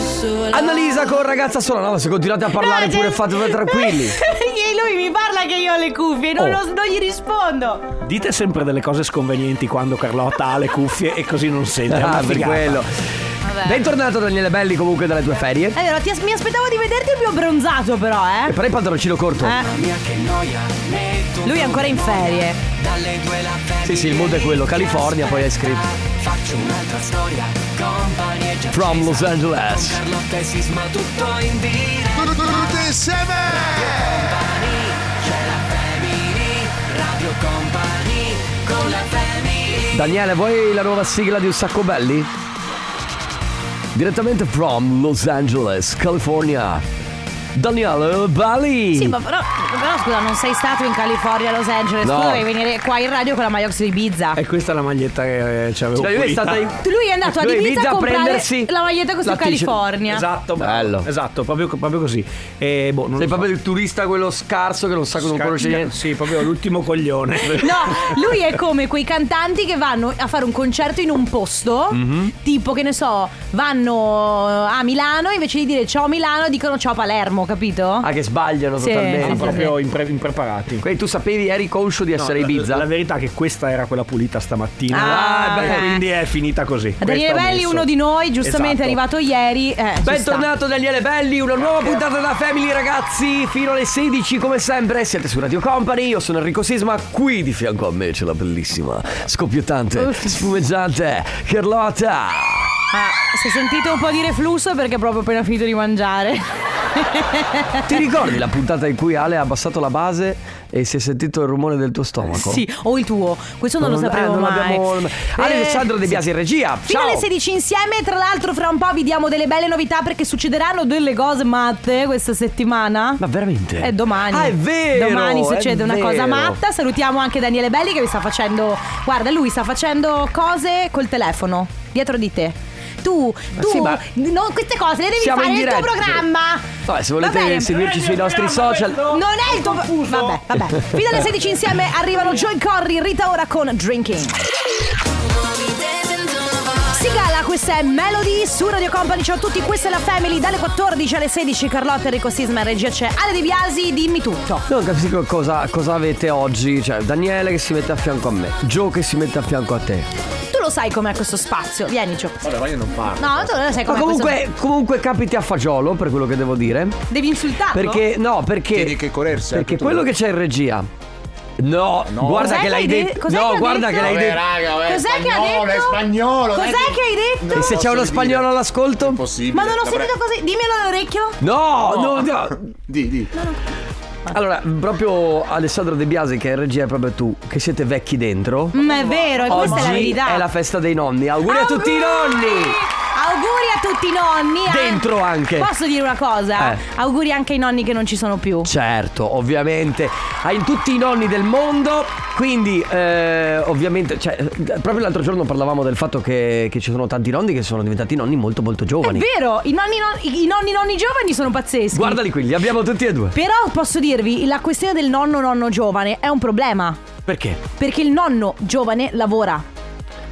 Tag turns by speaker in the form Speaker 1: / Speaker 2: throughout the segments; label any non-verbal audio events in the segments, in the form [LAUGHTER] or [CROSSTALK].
Speaker 1: sola.
Speaker 2: Annalisa con ragazza sola, no, se continuate a parlare
Speaker 1: No,
Speaker 2: pure
Speaker 1: cioè-
Speaker 2: fate
Speaker 1: [LAUGHS]
Speaker 2: tranquilli.
Speaker 1: Perché lui mi parla che io ho le cuffie, non,
Speaker 3: Oh.
Speaker 1: lo- non gli rispondo.
Speaker 3: Dite sempre delle cose sconvenienti quando Carlotta ha le cuffie e così non sente. è una
Speaker 2: Ah, per
Speaker 3: figata.
Speaker 2: quello.
Speaker 1: Vabbè. Eh.
Speaker 2: Bentornato Daniele Belli comunque dalle tue ferie.
Speaker 1: È vero, ti as- mi aspettavo di vederti più abbronzato, però,
Speaker 2: E
Speaker 1: eh.
Speaker 2: però il pantaloncino corto.
Speaker 1: eh. Lui è ancora in ferie.
Speaker 2: Sì, sì, il mood è quello. California, poi hai scritto. From Los Angeles.
Speaker 4: Tutti insieme!
Speaker 2: Daniele, vuoi la nuova sigla di Un sacco belli? Direttamente from Los Angeles, California. Daniele Belli.
Speaker 1: Sì, ma però, però scusa, non sei stato in California, a Los Angeles.
Speaker 2: No. Eh.
Speaker 1: Tu dovevi venire qua in radio con la Maiox di Ibiza.
Speaker 3: E questa è la maglietta che eh, c'avevo
Speaker 2: Cioè, lui è
Speaker 3: qui.
Speaker 2: stato in-
Speaker 1: Lui è andato ad
Speaker 2: Lui a
Speaker 1: Ibiza,
Speaker 2: Ibiza
Speaker 1: a
Speaker 2: a
Speaker 1: comprare
Speaker 2: prendersi
Speaker 1: la maglietta così
Speaker 2: la
Speaker 1: in
Speaker 2: t-shirt.
Speaker 1: California.
Speaker 3: Esatto, bravo.
Speaker 2: Bello.
Speaker 3: Esatto, proprio, proprio così. E boh, [LAUGHS] non
Speaker 2: Sei
Speaker 3: lo so.
Speaker 2: proprio il turista quello scarso che non sa cosa non conosce niente.
Speaker 3: Sì, proprio l'ultimo
Speaker 2: [LAUGHS]
Speaker 3: coglione.
Speaker 1: No, lui è come quei cantanti che vanno a fare un concerto in un posto,
Speaker 2: Mhm.
Speaker 1: tipo che ne so, vanno a Milano, invece di dire ciao Milano dicono ciao Palermo, capito?
Speaker 2: Ah, che sbagliano
Speaker 1: Sì,
Speaker 2: totalmente.
Speaker 1: sì, sì.
Speaker 3: proprio impre- impreparati.
Speaker 2: Quindi tu sapevi, eri conscio di essere
Speaker 3: No, la-
Speaker 2: Ibiza.
Speaker 3: La, verità è che questa era quella pulita stamattina.
Speaker 1: Ah,
Speaker 3: e
Speaker 1: beh.
Speaker 3: quindi è finita così.
Speaker 1: Daniele
Speaker 3: Questa ho
Speaker 1: Belli,
Speaker 3: messo.
Speaker 1: uno di noi, giustamente è
Speaker 3: Esatto.
Speaker 1: arrivato ieri. eh, ci
Speaker 2: Bentornato Daniele Belli, una nuova puntata della Family ragazzi, fino alle 16 come sempre, siete su Radio Company, io sono Enrico Sisma, qui di fianco a me c'è la bellissima, scoppiettante, spumeggiante Carlotta.
Speaker 1: sta. Ah, se sentite un po' di reflusso è perché è proprio appena finito di mangiare.
Speaker 2: Ti ricordi la puntata in cui Ale ha abbassato la base e si è sentito il rumore del tuo stomaco?
Speaker 1: [LAUGHS] Sì, o il tuo. Questo non, lo
Speaker 2: eh,
Speaker 1: sapremo
Speaker 2: non
Speaker 1: mai.
Speaker 2: abbiamo- Ale Alessandro De
Speaker 1: sì.
Speaker 2: Biasi in regia.
Speaker 1: Fino
Speaker 2: Ciao.
Speaker 1: alle 16 insieme, tra l'altro fra un po' vi diamo delle belle novità perché succederanno delle cose matte questa settimana.
Speaker 2: Ma veramente?
Speaker 1: È Eh, domani.
Speaker 2: Ah, è vero.
Speaker 1: Domani
Speaker 2: è
Speaker 1: succede una cosa
Speaker 2: vero.
Speaker 1: matta. Salutiamo anche Daniele Belli che vi sta facendo. Guarda, lui sta facendo cose col telefono dietro di te. Tu, tu,
Speaker 2: sì, ma-
Speaker 1: no, queste cose le devi
Speaker 2: Siamo
Speaker 1: fare
Speaker 2: in
Speaker 1: nel tuo
Speaker 2: diretta.
Speaker 1: programma.
Speaker 2: Vabbè, se
Speaker 1: Va bene.
Speaker 2: volete seguirci sui nostri social...
Speaker 1: Non è il tuo. Vabbè, vabbè. Fino alle 16 insieme arrivano Joy Corri, Rita Ora con Drinking. Sigala, questa è Melody su Radio Company. Ciao a tutti, questa è la Family. Dalle 14 alle 16, Carlotta, Enrico Sisma, in regia c'è Ale De Biasi. Dimmi tutto.
Speaker 2: Non capisco cosa, cosa avete oggi, cioè Daniele che si mette a fianco a me, Joe che si mette a fianco a te.
Speaker 1: Tu lo sai com'è questo spazio. Vieni, Gio.
Speaker 3: Vabbè, ma io non parlo.
Speaker 1: No, tu lo sai
Speaker 2: Ma
Speaker 1: com'è questo.
Speaker 2: comunque, comunque capiti a fagiolo per quello che devo dire.
Speaker 1: Devi insultarlo.
Speaker 2: Perché, no, perché.
Speaker 4: Tieni che corrersi, eh,
Speaker 2: Perché
Speaker 4: tutto
Speaker 2: quello che c'è in regia. No, guarda
Speaker 1: Cos'è
Speaker 2: che l'hai
Speaker 1: de-
Speaker 2: detto.
Speaker 1: cos'è
Speaker 2: No,
Speaker 1: che ho
Speaker 2: guarda
Speaker 1: detto?
Speaker 2: che l'hai detto.
Speaker 1: Cos'è che ha detto? Cos'è che hai detto?
Speaker 2: E se c'è uno
Speaker 4: posso dire.
Speaker 2: spagnolo all'ascolto?
Speaker 4: Possibile.
Speaker 1: Ma non ho
Speaker 4: Dovrei-
Speaker 1: sentito così. Dimmelo all'orecchio.
Speaker 2: No, no,
Speaker 5: Ah,
Speaker 2: no.
Speaker 4: Di, di.
Speaker 2: Allora, proprio Alessandro De Biasi, che è in regia, è proprio tu, che siete vecchi dentro.
Speaker 1: Ma è vero, e Mm, questa è la
Speaker 2: Oggi
Speaker 1: verità.
Speaker 2: è la festa dei nonni. Auguri a tutti i nonni!
Speaker 1: Auguri a tutti i nonni. eh.
Speaker 2: Dentro anche.
Speaker 1: Posso dire una cosa?
Speaker 2: Eh.
Speaker 1: Auguri anche ai nonni che non ci sono più.
Speaker 2: Certo, ovviamente, ai tutti i nonni del mondo, quindi eh, ovviamente, cioè, eh, proprio l'altro giorno parlavamo del fatto che, che ci sono tanti nonni che sono diventati nonni molto molto
Speaker 1: È
Speaker 2: giovani.
Speaker 1: vero, i nonni, non- i nonni nonni giovani sono pazzeschi.
Speaker 2: Guardali qui, li abbiamo tutti e due.
Speaker 1: Però posso dirvi, la questione del nonno nonno giovane è un problema.
Speaker 2: Perché?
Speaker 1: Perché il nonno giovane lavora.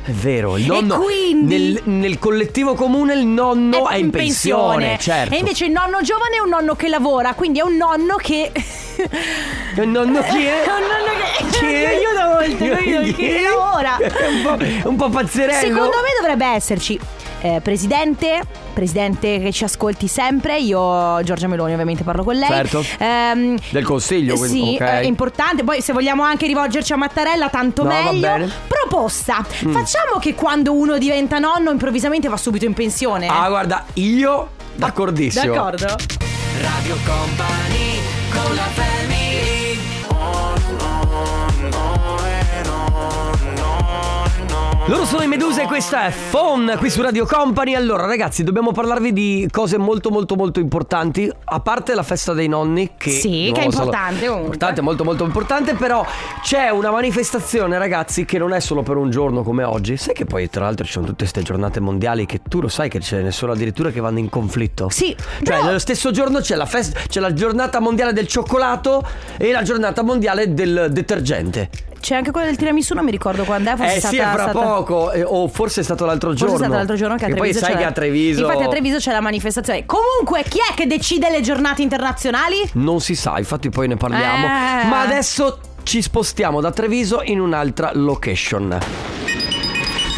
Speaker 2: È vero, il nonno
Speaker 1: quindi- Eh,
Speaker 2: nel, nel collettivo comune il nonno è, in pensione, certo.
Speaker 1: E invece il nonno giovane è un nonno che lavora, quindi è un
Speaker 2: [LAUGHS]
Speaker 1: nonno che.
Speaker 2: E il nonno chi
Speaker 1: [LAUGHS]
Speaker 2: è?
Speaker 1: È un nonno che.
Speaker 2: Chi
Speaker 1: Mi [LAUGHS]
Speaker 2: è?
Speaker 1: aiuta molto, capito?
Speaker 2: Chi
Speaker 1: che
Speaker 2: è?
Speaker 1: lavora.
Speaker 2: È un po', è [LAUGHS] un po' pazzerello.
Speaker 1: Secondo me dovrebbe esserci eh, presidente, presidente che ci ascolti sempre, io Giorgia Meloni ovviamente parlo con lei.
Speaker 2: Certo.
Speaker 1: Ehm,
Speaker 2: Del consiglio, quindi,
Speaker 1: Sì,
Speaker 2: ok.
Speaker 1: eh, è importante. Poi se vogliamo anche rivolgerci a Mattarella tanto
Speaker 2: No, va
Speaker 1: meglio.
Speaker 2: bene. Mm.
Speaker 1: Proposta. Facciamo che quando uno diventa nonno improvvisamente va subito in pensione.
Speaker 2: Ah, oh. guarda, io d'accordissimo.
Speaker 1: D'accordo.
Speaker 2: Loro sono i Medusa e questa è Phone qui su Radio Company. Allora, ragazzi, dobbiamo parlarvi di cose molto molto molto importanti, a parte la festa dei nonni che
Speaker 1: Sì,
Speaker 2: di
Speaker 1: che è
Speaker 2: nuovo sarà-
Speaker 1: importante comunque.
Speaker 2: Importante, molto molto importante, però c'è una manifestazione, ragazzi, che non è solo per un giorno come oggi. Sai che poi tra l'altro ci sono tutte queste giornate mondiali che tu lo sai che ce ne sono addirittura che vanno in conflitto.
Speaker 1: Sì,
Speaker 2: Cioè,
Speaker 1: però-
Speaker 2: nello stesso giorno c'è la festa, c'è la giornata mondiale del cioccolato e la giornata mondiale del detergente.
Speaker 1: C'è anche quella del tiramisù, non mi ricordo quando è. Forse
Speaker 2: Eh
Speaker 1: è
Speaker 2: sì, è
Speaker 1: stata-
Speaker 2: fra
Speaker 1: stata-
Speaker 2: poco, eh, o forse è stato l'altro
Speaker 1: Forse
Speaker 2: giorno.
Speaker 1: è stato l'altro giorno che a
Speaker 2: Che poi
Speaker 1: Treviso
Speaker 2: sai
Speaker 1: c'è-
Speaker 2: che a Treviso.
Speaker 1: Infatti a Treviso c'è la manifestazione Comunque chi è che decide le giornate internazionali?
Speaker 2: Non si sa, infatti poi ne parliamo.
Speaker 1: Eh.
Speaker 2: Ma adesso ci spostiamo da Treviso in un'altra location.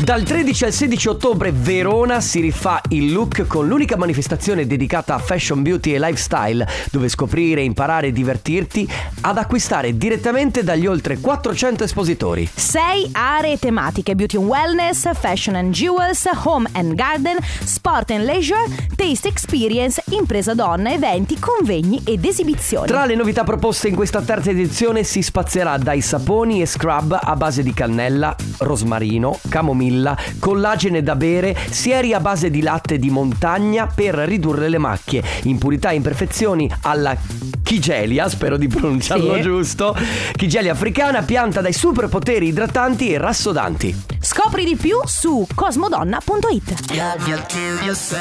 Speaker 2: Dal 13 al 16 ottobre Verona si rifà il look con l'unica manifestazione dedicata a fashion, beauty e lifestyle, dove scoprire, imparare e divertirti ad acquistare direttamente dagli oltre 400 espositori.
Speaker 1: Sei aree tematiche: beauty and wellness, fashion and jewels, home and garden, sport and leisure, taste experience, impresa donna, eventi, convegni ed esibizioni.
Speaker 2: Tra le novità proposte in questa terza edizione si spazierà dai saponi e scrub a base di cannella, rosmarino, camomilla, collagene da bere, sieri a base di latte di montagna per ridurre le macchie, impurità e imperfezioni alla chigelia, spero di pronunciarlo
Speaker 1: Sì.
Speaker 2: giusto, chigelia africana pianta dai superpoteri idratanti e rassodanti.
Speaker 1: Scopri di più su cosmodonna.it.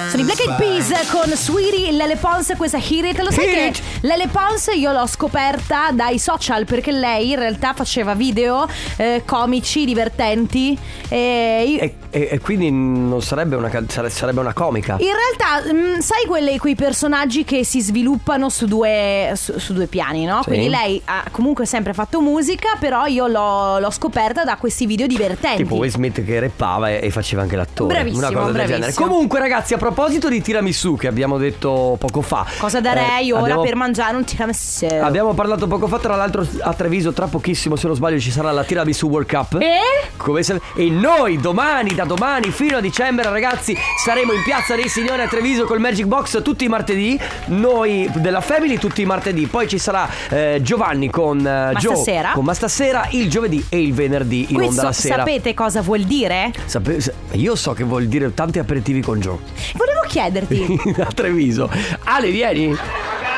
Speaker 1: Sono i Black Eyed Peas con Sweetie Lele Pons, questa Hit It. Lo sai
Speaker 2: Hit
Speaker 1: che
Speaker 2: It.
Speaker 1: Lele Pons io l'ho scoperta dai social perché lei in realtà faceva video eh, comici, divertenti. E io-
Speaker 2: E, e- e quindi non sarebbe una, can- sare- sarebbe una comica.
Speaker 1: In realtà, mm, sai quelle- quei personaggi che si sviluppano su due, su- su due piani, no?
Speaker 2: Sì.
Speaker 1: Quindi lei ha comunque sempre fatto musica, però io l'ho, l'ho scoperta da questi video divertenti.
Speaker 2: Tipo Will Smith che reppava e, e faceva anche l'attore.
Speaker 1: Bravissimo,
Speaker 2: una cosa del
Speaker 1: bravissimo.
Speaker 2: genere. Comunque, ragazzi, a proposito di tiramisù che abbiamo detto poco fa.
Speaker 1: Cosa darei
Speaker 2: eh,
Speaker 1: ora
Speaker 2: abbiamo-
Speaker 1: per mangiare un tiramisù?
Speaker 2: Abbiamo parlato poco fa, tra l'altro a Treviso tra pochissimo, se non sbaglio, ci sarà la tiramisù World Cup.
Speaker 1: E?
Speaker 2: Come se- E noi domani, da domani fino a dicembre, ragazzi, saremo in Piazza dei Signori a Treviso col Magic Box tutti i martedì. Noi della Family tutti i martedì. Poi ci sarà eh, Giovanni con eh, Joe.
Speaker 1: stasera.
Speaker 2: Con Ma stasera, il giovedì e il venerdì in onda
Speaker 1: Questo
Speaker 2: la sera.
Speaker 1: sapete cosa vuol dire?
Speaker 2: Sape- sa- io so che vuol dire tanti aperitivi con Joe [LAUGHS]
Speaker 1: Volevo chiederti.
Speaker 2: a Treviso. Ale, vieni?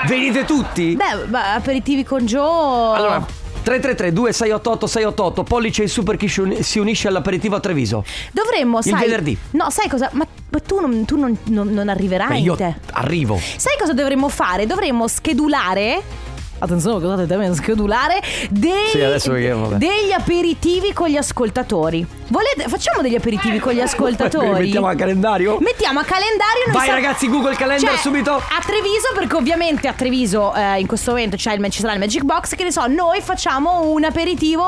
Speaker 2: Venite tutti?
Speaker 1: Beh, ma aperitivi con Joe.
Speaker 2: Allora, 333 2688 688 pollice e super chi si uni- si unisce all'aperitivo a Treviso.
Speaker 1: dovremmo,
Speaker 2: il
Speaker 1: sai.
Speaker 2: venerdì.
Speaker 1: No, sai cosa? Ma, ma tu non, tu non- non- non arriverai
Speaker 2: Beh, io
Speaker 1: te.
Speaker 2: arrivo.
Speaker 1: Sai cosa dovremmo fare? Dovremmo schedulare. Attenzione, scusate, dobbiamo schedulare dei,
Speaker 2: Sì, adesso io, vabbè.
Speaker 1: degli aperitivi con gli ascoltatori. Volete, facciamo degli aperitivi con gli
Speaker 2: [LAUGHS]
Speaker 1: ascoltatori?
Speaker 2: Eh, Mettiamo a calendario?
Speaker 1: Mettiamo a calendario noi
Speaker 2: Vai,
Speaker 1: sa-
Speaker 2: ragazzi, Google Calendar
Speaker 1: Cioè,
Speaker 2: subito.
Speaker 1: A Treviso, perché ovviamente a Treviso eh, in questo momento c'è il- ci sarà il Magic Box. Che ne so, noi facciamo un aperitivo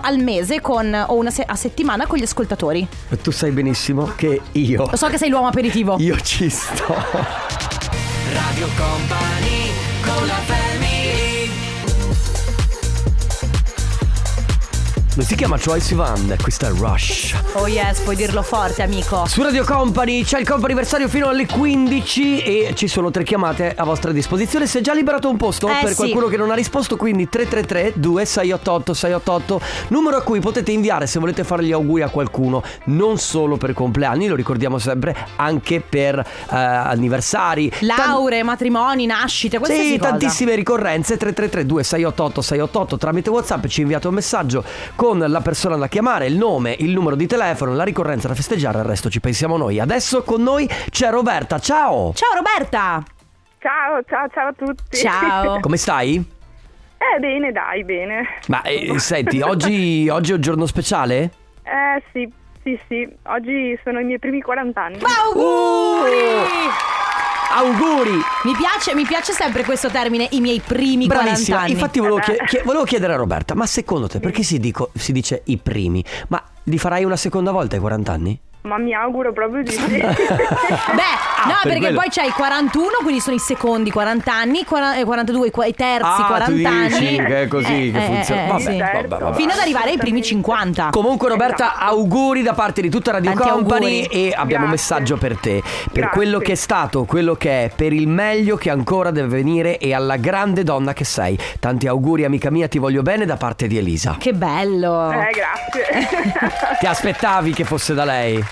Speaker 1: al mese con, o una se- a settimana con gli ascoltatori.
Speaker 2: Tu sai benissimo che io,
Speaker 1: Lo so che sei l'uomo aperitivo.
Speaker 2: io ci sto. Radio Company con la Lui si chiama Troy Sivan, questa è Rush.
Speaker 1: Oh yes, puoi dirlo forte, amico.
Speaker 2: Su Radio Company c'è il compo anniversario fino alle 15 e ci sono tre chiamate a vostra disposizione. Si è già liberato un posto
Speaker 1: Eh,
Speaker 2: per
Speaker 1: sì.
Speaker 2: qualcuno che non ha risposto, quindi 333 2688 688, numero a cui potete inviare se volete fare gli auguri a qualcuno, non solo per compleanni, lo ricordiamo sempre, anche per eh, anniversari. Tan-
Speaker 1: Lauree, matrimoni, nascite, qualsiasi
Speaker 2: sì,
Speaker 1: cosa.
Speaker 2: tantissime ricorrenze 333 2688 688 tramite WhatsApp ci inviate un messaggio con la persona da chiamare, il nome, il numero di telefono, la ricorrenza da festeggiare, il resto ci pensiamo noi. Adesso con noi c'è Roberta. Ciao!
Speaker 1: Ciao Roberta!
Speaker 6: Ciao, ciao, ciao a tutti.
Speaker 2: [LAUGHS]
Speaker 1: Ciao!
Speaker 2: Come stai?
Speaker 6: [LAUGHS] Eh, bene, dai, bene.
Speaker 2: Ma eh, senti, oggi, oggi è un giorno speciale?
Speaker 6: [LAUGHS] Eh, sì, sì, sì. Oggi sono i miei primi 40 anni.
Speaker 1: Ma auguri!
Speaker 2: Uh! Auguri!
Speaker 1: Mi piace, mi piace sempre questo termine, i miei primi 40
Speaker 2: Bravissima.
Speaker 1: anni.
Speaker 2: Infatti volevo,
Speaker 6: Vabbè.
Speaker 2: chie- chie- volevo chiedere a Roberta, ma secondo te perché si, dico- si dice i primi? Ma li farai una seconda volta ai 40 anni?
Speaker 6: Ma mi auguro proprio di
Speaker 1: [LAUGHS]
Speaker 6: sì.
Speaker 1: Beh, no,
Speaker 2: Ah, per
Speaker 1: perché
Speaker 2: quello.
Speaker 1: poi c'è i 41, quindi sono i secondi 40 anni, 40 eh, 42 i qua- i terzi Eh,
Speaker 2: Ah, tu
Speaker 1: 40
Speaker 2: dici
Speaker 6: [LAUGHS]
Speaker 1: anni.
Speaker 2: che è così che funziona. Vabbè,
Speaker 1: sì.
Speaker 2: vabbè, vabbè.
Speaker 1: Fino ad arrivare ai primi 50.
Speaker 2: Comunque Roberta, auguri da parte di tutta Radio
Speaker 1: Ah, Tanti
Speaker 2: Company
Speaker 1: auguri.
Speaker 2: e abbiamo un
Speaker 6: Grazie.
Speaker 2: messaggio per te, per
Speaker 6: Grazie.
Speaker 2: quello che è stato, quello che è, per il meglio che ancora deve venire e alla grande donna che sei. Tanti auguri amica mia, ti voglio bene da parte di Elisa.
Speaker 1: Che bello!
Speaker 6: Eh, grazie. [LAUGHS]
Speaker 2: Ti aspettavi che fosse da lei?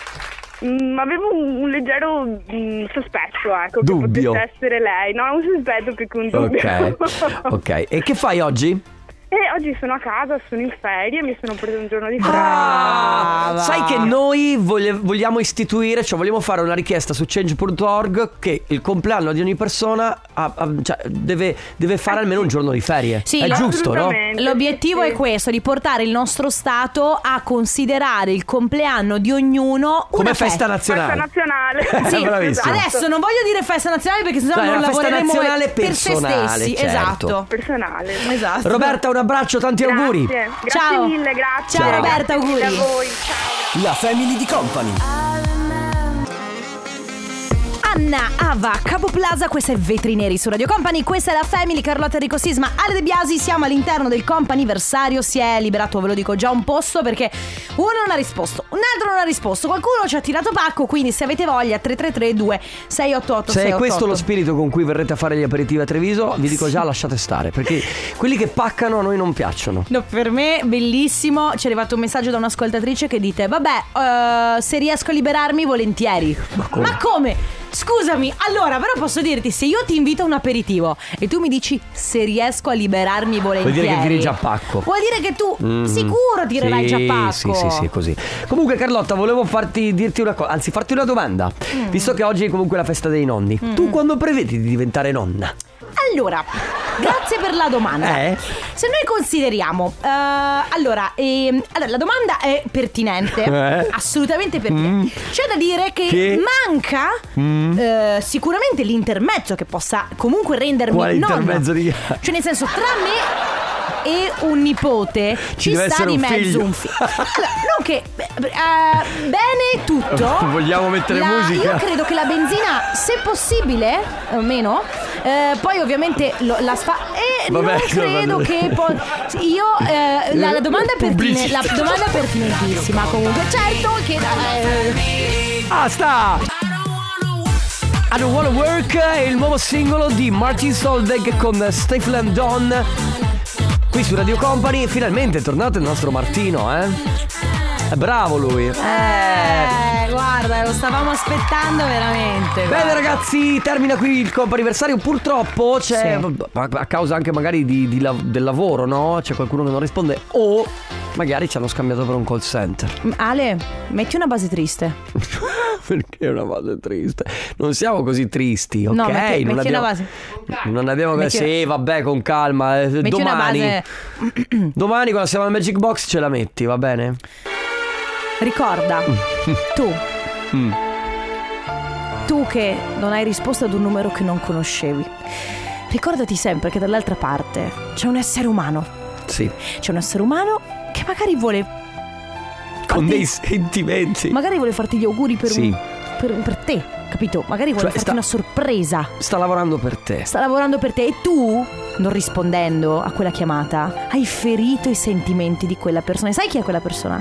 Speaker 6: Mm, avevo un, un leggero mm, sospetto, ecco,
Speaker 2: Dubbio.
Speaker 6: [LAUGHS] che potesse essere lei. No, un sospetto più che un dubbio.
Speaker 2: Ok. Ok, e che fai oggi?
Speaker 6: E oggi sono a casa, sono in ferie, mi sono presa un giorno di ferie.
Speaker 2: Ah, Sai che noi voglia- vogliamo istituire, cioè vogliamo fare una richiesta su change.org che il compleanno di ogni persona ha- ha- cioè, deve, deve fare almeno un giorno di ferie.
Speaker 1: Sì,
Speaker 2: È giusto, no?
Speaker 6: assolutamente.
Speaker 1: L'obiettivo
Speaker 6: Sì, sì.
Speaker 1: è questo, di portare il nostro Stato a considerare il compleanno di ognuno una
Speaker 2: Come festa
Speaker 6: Festa
Speaker 2: nazionale. [LAUGHS]
Speaker 6: nazionale. Esatto.
Speaker 1: Sì,
Speaker 2: Bravissimo.
Speaker 1: adesso non voglio dire festa nazionale perché sennò
Speaker 2: Dai,
Speaker 1: non
Speaker 2: una festa
Speaker 1: lavoreremo
Speaker 2: nazionale
Speaker 1: per se
Speaker 2: personale,
Speaker 1: stessi.
Speaker 2: certo.
Speaker 1: Esatto.
Speaker 6: Personale.
Speaker 1: Esatto.
Speaker 2: Roberta, un abbraccio, tanti
Speaker 6: Grazie.
Speaker 2: auguri.
Speaker 6: Grazie
Speaker 1: Ciao.
Speaker 6: mille, grazie.
Speaker 1: Ciao, Roberta,
Speaker 6: Roberta,
Speaker 1: auguri.
Speaker 6: A voi. Ciao.
Speaker 2: La family di company.
Speaker 1: Anna Ava Capoplaza, questa è Vetri Neri su Radio Company, questa è la Family Carlotta Enrico Sisma, Ale De Biasi, siamo all'interno del comp'anniversario, si è liberato, ve lo dico già un posto perché uno non ha risposto, un altro non ha risposto, qualcuno ci ha tirato pacco, quindi se avete voglia 3332 688
Speaker 2: Se è questo lo spirito con cui verrete a fare gli aperitivi a Treviso, vi dico già lasciate stare, perché quelli che paccano a noi non piacciono.
Speaker 1: No, per me bellissimo, ci è arrivato un messaggio da un'ascoltatrice che dite Vabbè, eh, se riesco a liberarmi volentieri Ma come? Scusami, allora però posso dirti Se io ti invito a un aperitivo E tu mi dici se riesco a liberarmi volentieri
Speaker 2: dire che tiri già pacco.
Speaker 1: Vuol dire che tu
Speaker 2: Mm.
Speaker 1: sicuro
Speaker 2: Sì,
Speaker 1: tirerai già pacco
Speaker 2: Sì, sì, sì, è così. Comunque, Carlotta, volevo farti dirti una cosa, anzi, farti una domanda.
Speaker 1: Mm.
Speaker 2: Visto che oggi è comunque la festa dei nonni,
Speaker 1: Mm-hmm.
Speaker 2: tu quando prevedi di diventare nonna?
Speaker 1: Allora, grazie per la domanda.
Speaker 2: Eh?
Speaker 1: Se noi consideriamo, eh, allora, ehm, allora, la domanda è pertinente,
Speaker 2: Eh? Mm.
Speaker 1: assolutamente pertinente. C'è da dire che,
Speaker 2: Che? Mm.
Speaker 1: manca eh, sicuramente l'intermezzo che possa comunque rendermi
Speaker 2: Quale
Speaker 1: nonna.
Speaker 2: intermezzo di-
Speaker 1: Cioè, nel senso, tra me e un nipote
Speaker 2: Ci
Speaker 1: ci,
Speaker 2: deve
Speaker 1: sta
Speaker 2: essere
Speaker 1: di
Speaker 2: un
Speaker 1: mezzo
Speaker 2: figlio.
Speaker 1: un figlio. Allora, non che beh, eh, bene tutto.
Speaker 2: Vogliamo mettere
Speaker 1: La-
Speaker 2: musica?
Speaker 1: Io credo che la benzina, se possibile, o meno, eh, poi ovviamente lo- la sfa. E
Speaker 2: Vabbè,
Speaker 1: non
Speaker 2: no,
Speaker 1: credo
Speaker 2: vabbè.
Speaker 1: che po- Io eh, la, la domanda è pertine- la domanda è pertinentissima comunque. Certo che eh,
Speaker 2: Basta! I don't wanna work è il nuovo singolo di Martin Solveig con Stefan Don. Qui su Radio Company, finalmente è tornato il nostro Martino, eh? È bravo lui. Eh.
Speaker 1: eh, guarda, lo stavamo aspettando veramente.
Speaker 2: Bene ragazzi, termina qui il comp'anniversario. Purtroppo c'è, a a causa anche magari di- di lav- del lavoro, no? C'è qualcuno che non risponde o magari ci hanno scambiato per un call center. [LAUGHS]
Speaker 1: Ale, metti una base triste.
Speaker 2: Perché è una base triste. Non siamo così tristi, ok?
Speaker 1: No, metti-
Speaker 2: non
Speaker 1: metti
Speaker 2: abbiamo...
Speaker 1: una base.
Speaker 2: Non abbiamo...
Speaker 1: Metti-
Speaker 2: Sì, vabbè, con calma. eh,
Speaker 1: Metti una
Speaker 2: domani...
Speaker 1: base-
Speaker 2: [CLEARS THROAT] domani quando siamo al Magic Box ce la metti, va bene?
Speaker 1: Ricorda,
Speaker 2: Mm.
Speaker 1: tu. Tu che non hai risposto ad un numero che non conoscevi. Ricordati sempre che dall'altra parte c'è un essere umano.
Speaker 2: Sì.
Speaker 1: C'è un essere umano che magari vuole
Speaker 2: Con
Speaker 1: Fatti-
Speaker 2: dei sentimenti.
Speaker 1: Magari vuole farti gli auguri per,
Speaker 2: Sì.
Speaker 1: un- per, per te, capito? Magari vuole
Speaker 2: Cioè,
Speaker 1: farti
Speaker 2: sta-
Speaker 1: una sorpresa.
Speaker 2: Sta lavorando per te.
Speaker 1: Sta lavorando per te e tu, non rispondendo a quella chiamata, hai ferito i sentimenti di quella persona. E sai chi è quella persona?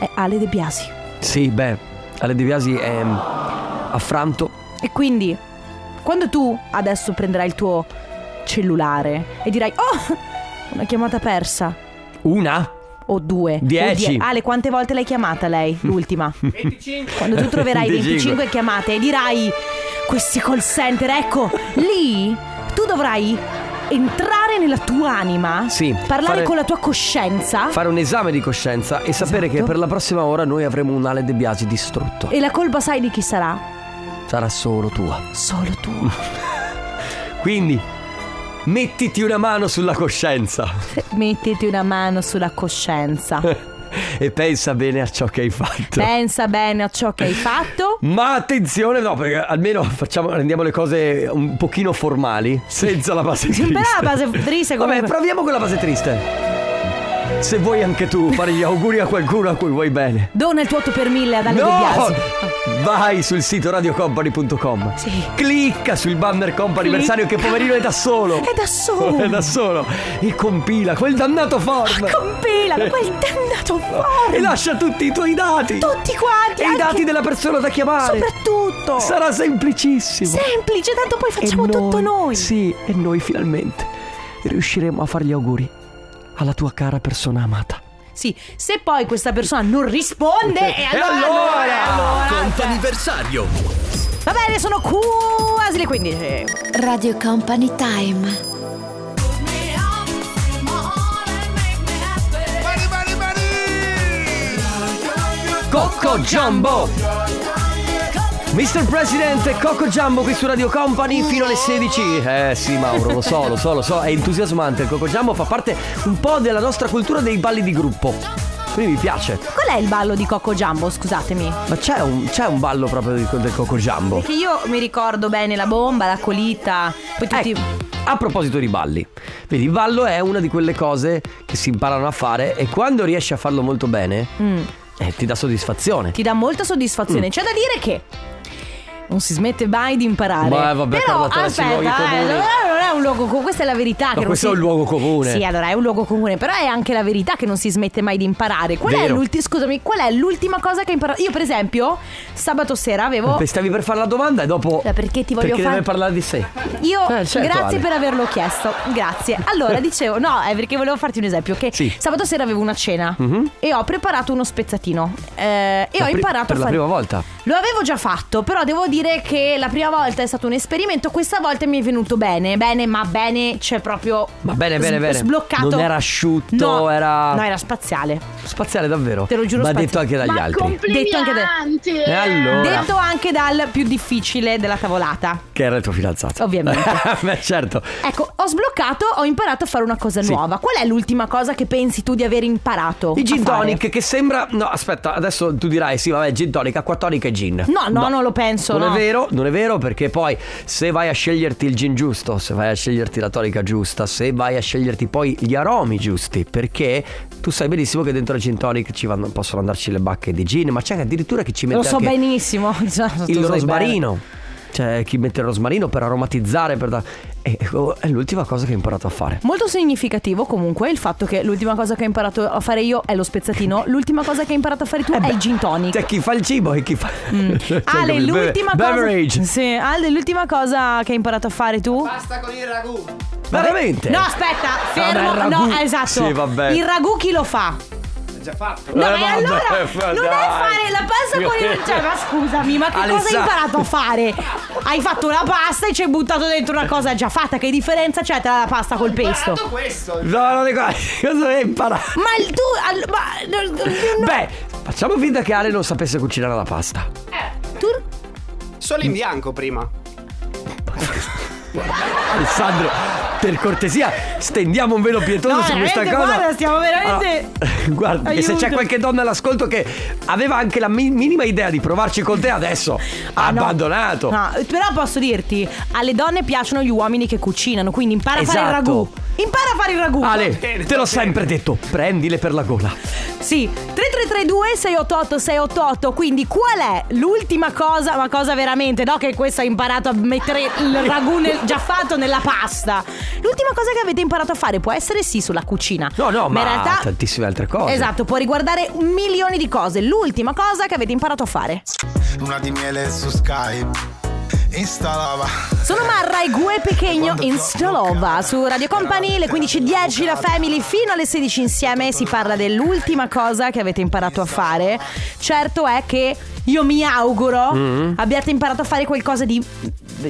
Speaker 1: È Ale De Biasi.
Speaker 2: Sì, beh, Ale De Biasi è mm, affranto.
Speaker 1: E quindi, quando tu adesso prenderai il tuo cellulare e dirai, oh, una chiamata persa,
Speaker 2: Una?
Speaker 1: o due,
Speaker 2: Dieci.
Speaker 1: o die- Ale, quante volte l'hai chiamata lei,
Speaker 2: [LAUGHS]
Speaker 1: l'ultima? 25. Quando tu troverai
Speaker 2: 25.
Speaker 1: 25 chiamate e dirai, questi call center, ecco, lì tu dovrai entrare nella tua anima,
Speaker 2: Sì,
Speaker 1: parlare
Speaker 2: fare-
Speaker 1: con la tua coscienza.
Speaker 2: Fare un esame di coscienza e sapere
Speaker 1: Esatto.
Speaker 2: che per la prossima ora noi avremo un Ale De Biasi distrutto.
Speaker 1: E la colpa sai di chi sarà?
Speaker 2: Sarà solo tua.
Speaker 1: Solo
Speaker 2: [LAUGHS]
Speaker 1: tu.
Speaker 2: Quindi, mettiti una mano sulla coscienza
Speaker 1: Mettiti una mano sulla
Speaker 2: [LAUGHS]
Speaker 1: coscienza.
Speaker 2: e pensa bene a ciò che hai fatto.
Speaker 1: Pensa bene a ciò che hai fatto.
Speaker 2: Ma attenzione, no, perché almeno facciamo, rendiamo le cose un pochino formali, senza la base triste.
Speaker 1: Però la base triste
Speaker 2: Vabbè,
Speaker 1: comunque.
Speaker 2: proviamo con la base triste. Se vuoi anche tu fare gli auguri a qualcuno a cui vuoi bene.
Speaker 1: Dona il tuo 8 per 1000 ad Ale De
Speaker 2: No!
Speaker 1: Biasi.
Speaker 2: Vai sul sito radiocompany.com.
Speaker 1: Sì.
Speaker 2: Clicca sul banner comp anniversario che poverino è da solo.
Speaker 1: È da solo.
Speaker 2: [LAUGHS] È da solo. E compila quel dannato form.
Speaker 1: Ah,
Speaker 2: [LAUGHS]
Speaker 1: Compilalo quel dannato
Speaker 2: e
Speaker 1: forno.
Speaker 2: lascia tutti i tuoi dati.
Speaker 1: Tutti quanti.
Speaker 2: e i
Speaker 1: anche-
Speaker 2: dati della persona da chiamare.
Speaker 1: Soprattutto.
Speaker 2: Sarà semplicissimo.
Speaker 1: Semplice, tanto poi
Speaker 2: E
Speaker 1: facciamo tutto noi.
Speaker 2: Sì, e noi finalmente riusciremo a fare gli auguri alla tua cara persona amata.
Speaker 1: Sì, se poi questa persona non risponde, e allora, allora, allora.
Speaker 2: Comp'anniversario.
Speaker 1: Va bene, sono quasi le 15.
Speaker 7: Radio Company Time.
Speaker 2: Cocco Jumbo. Mr. President Cocco Jumbo qui su Radio Company fino alle 16. Eh sì Mauro, lo so, lo so, lo so, è entusiasmante. Il Cocco Jumbo fa parte un po' della nostra cultura dei balli di gruppo. Quindi mi piace.
Speaker 1: Qual è il ballo di Cocco Jumbo? Scusatemi.
Speaker 2: Ma c'è un, c'è un ballo proprio di- del Cocco Jumbo.
Speaker 1: Che io mi ricordo bene la bomba, la colita, poi tutti.
Speaker 2: Ecco, a proposito di balli, vedi, il ballo è una di quelle cose che si imparano a fare e quando riesci a farlo molto bene,
Speaker 1: Mm.
Speaker 2: eh, ti dà soddisfazione.
Speaker 1: ti dà molta
Speaker 2: Mm.
Speaker 1: soddisfazione. C'è da dire che non si smette mai di imparare.
Speaker 2: Ma vabbè,
Speaker 1: Però
Speaker 2: Carlotta, adesso i
Speaker 1: aspetta,
Speaker 2: luoghi
Speaker 1: eh,
Speaker 2: comuni.
Speaker 1: allora non è un luogo comune, questa è la verità. che non
Speaker 2: questo
Speaker 1: si-
Speaker 2: è un luogo comune.
Speaker 1: Sì, allora è un luogo comune, però è anche la verità che non si smette mai di imparare. Qual è
Speaker 2: Vero.
Speaker 1: l'ultima scusami, qual è l'ultima cosa che hai imparato? Io per esempio, sabato sera avevo
Speaker 2: Beh, Stavi per fare la domanda e dopo...
Speaker 1: Ma Cioè, perché ti voglio
Speaker 2: Perché
Speaker 1: far-
Speaker 2: deve parlare di sé.
Speaker 1: Io
Speaker 2: Eh, certo,
Speaker 1: grazie
Speaker 2: Ale.
Speaker 1: per averlo chiesto, grazie.
Speaker 2: [LAUGHS]
Speaker 1: Allora dicevo, no, è perché volevo farti un esempio che
Speaker 2: Sì. Mhm.
Speaker 1: sabato sera avevo una cena e ho preparato uno spezzatino eh, e
Speaker 2: La
Speaker 1: ho
Speaker 2: pri-
Speaker 1: imparato
Speaker 2: per
Speaker 1: a
Speaker 2: la
Speaker 1: fare
Speaker 2: prima volta.
Speaker 1: Lo avevo già fatto, però devo dire che la prima volta è stato un esperimento, questa volta mi è venuto bene, bene, ma bene, cioè proprio
Speaker 2: Ma bene, bene,
Speaker 1: s-
Speaker 2: bene.
Speaker 1: sbloccato.
Speaker 2: Non era asciutto,
Speaker 1: No,
Speaker 2: era-
Speaker 1: No, era spaziale.
Speaker 2: Spaziale davvero.
Speaker 1: Te lo giuro,
Speaker 2: Ma
Speaker 1: spaziale.
Speaker 2: detto anche dagli
Speaker 7: Ma
Speaker 2: altri.
Speaker 1: Detto anche da-
Speaker 7: complimenti!
Speaker 2: E allora...
Speaker 1: Detto anche dal più difficile della tavolata.
Speaker 2: Che era il tuo fidanzato.
Speaker 1: Ovviamente.
Speaker 2: [LAUGHS] Beh, certo.
Speaker 1: Ecco, ho sbloccato, ho imparato a fare una cosa
Speaker 2: Sì.
Speaker 1: nuova. Qual è l'ultima cosa che pensi tu di aver imparato?
Speaker 2: I gin
Speaker 1: a fare?
Speaker 2: tonic che sembra... No, aspetta, adesso tu dirai, sì, vabbè, gin tonic, acqua tonica e gin.
Speaker 1: No, no, non lo penso,
Speaker 2: Non
Speaker 1: no.
Speaker 2: è vero, non è vero perché poi se vai a sceglierti il gin giusto, se vai a sceglierti la tonica giusta, se vai a sceglierti poi gli aromi giusti, perché tu sai benissimo che dentro al gin tonic ci vanno- possono andarci le bacche di gin, ma c'è addirittura chi ci mette
Speaker 1: Lo so
Speaker 2: anche
Speaker 1: benissimo. [LAUGHS] Cioè, Già, tu
Speaker 2: il
Speaker 1: sai
Speaker 2: rosmarino. Cioè chi mette il rosmarino per aromatizzare, per da- E- ecco, è l'ultima cosa che ho imparato a fare.
Speaker 1: Molto significativo comunque il fatto che l'ultima cosa che ho imparato a fare io è
Speaker 2: [LAUGHS]
Speaker 1: lo spezzatino, l'ultima cosa che hai imparato a fare tu è il gin tonic.
Speaker 2: C'è Cioè, chi fa il cibo e chi fa... Eh [LAUGHS] Cioè,
Speaker 1: Mm. Ale,
Speaker 2: capito?
Speaker 1: l'ultima
Speaker 2: Be-
Speaker 1: cosa
Speaker 2: Beverage.
Speaker 1: Sì, Ale, l'ultima cosa che hai imparato a fare tu?
Speaker 2: Veramente?
Speaker 1: No, aspetta, fermo.
Speaker 2: Vabbè, Ah, il ragù.
Speaker 1: no, esatto.
Speaker 2: Sì, vabbè.
Speaker 1: Il ragù chi lo fa?
Speaker 2: Eh,
Speaker 1: No, e
Speaker 2: vabbè,
Speaker 1: allora
Speaker 2: fa-
Speaker 1: non è
Speaker 2: dai.
Speaker 1: fare la pasta con il.
Speaker 2: [LAUGHS]
Speaker 1: Cioè, ma scusami, ma che cosa
Speaker 2: Alessandro.
Speaker 1: hai imparato a fare? Hai fatto una pasta e ci hai buttato dentro una cosa già fatta. Che differenza c'è tra la pasta col pesto?
Speaker 2: No, non è qua. [LAUGHS] Cosa hai imparato?
Speaker 1: Ma il tu. al- ma,
Speaker 2: Beh, facciamo finta che Ale non sapesse cucinare la pasta.
Speaker 1: tu
Speaker 8: Solo in bianco prima.
Speaker 2: Alessandro, per cortesia, stendiamo un velo pietoso
Speaker 1: No,
Speaker 2: su questa
Speaker 1: veramente,
Speaker 2: cosa.
Speaker 1: guarda, stiamo veramente-
Speaker 2: [LAUGHS] Allora, guarda, che Ah, se
Speaker 1: Aiuto.
Speaker 2: c'è qualche donna all'ascolto che aveva anche la mi- minima idea di provarci con te adesso, ha
Speaker 1: Ah, no.
Speaker 2: abbandonato.
Speaker 1: No, però posso dirti, alle donne piacciono gli uomini che cucinano, quindi impara a fare il
Speaker 2: Esatto.
Speaker 1: ragù. Impara a fare il ragù.
Speaker 2: Ale, te l'ho sempre detto, prendile per la gola.
Speaker 1: Sì, 3332 688 688, quindi qual è l'ultima cosa, ma cosa veramente, no che questo ha imparato a mettere il ragù nel- già fatto nella pasta. L'ultima cosa che avete imparato a fare può essere sì sulla cucina.
Speaker 2: No, no, ma
Speaker 1: in realtà
Speaker 2: tantissime altre cose.
Speaker 1: Esatto, può riguardare milioni di cose. L'ultima cosa che avete imparato a fare.
Speaker 9: Luna di miele su Skype. Installava.
Speaker 1: Sono Marra e Gue Pechegno in Strolova su Radio Company, le 15.10 la Family fino alle 16 insieme si parla dell'ultima cosa che avete imparato a fare. Certo è che io mi auguro abbiate imparato a fare qualcosa di...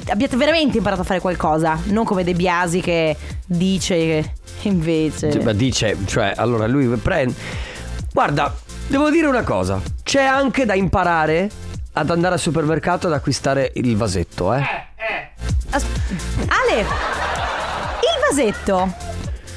Speaker 1: abbiate veramente imparato a fare qualcosa, non come De Biasi che dice che invece...
Speaker 2: Cioè, ma dice, cioè, allora lui prende. Guarda, devo dire una cosa: c'è anche da imparare ad andare al supermercato ad acquistare il vasetto, eh.
Speaker 1: As- Ale, il vasetto,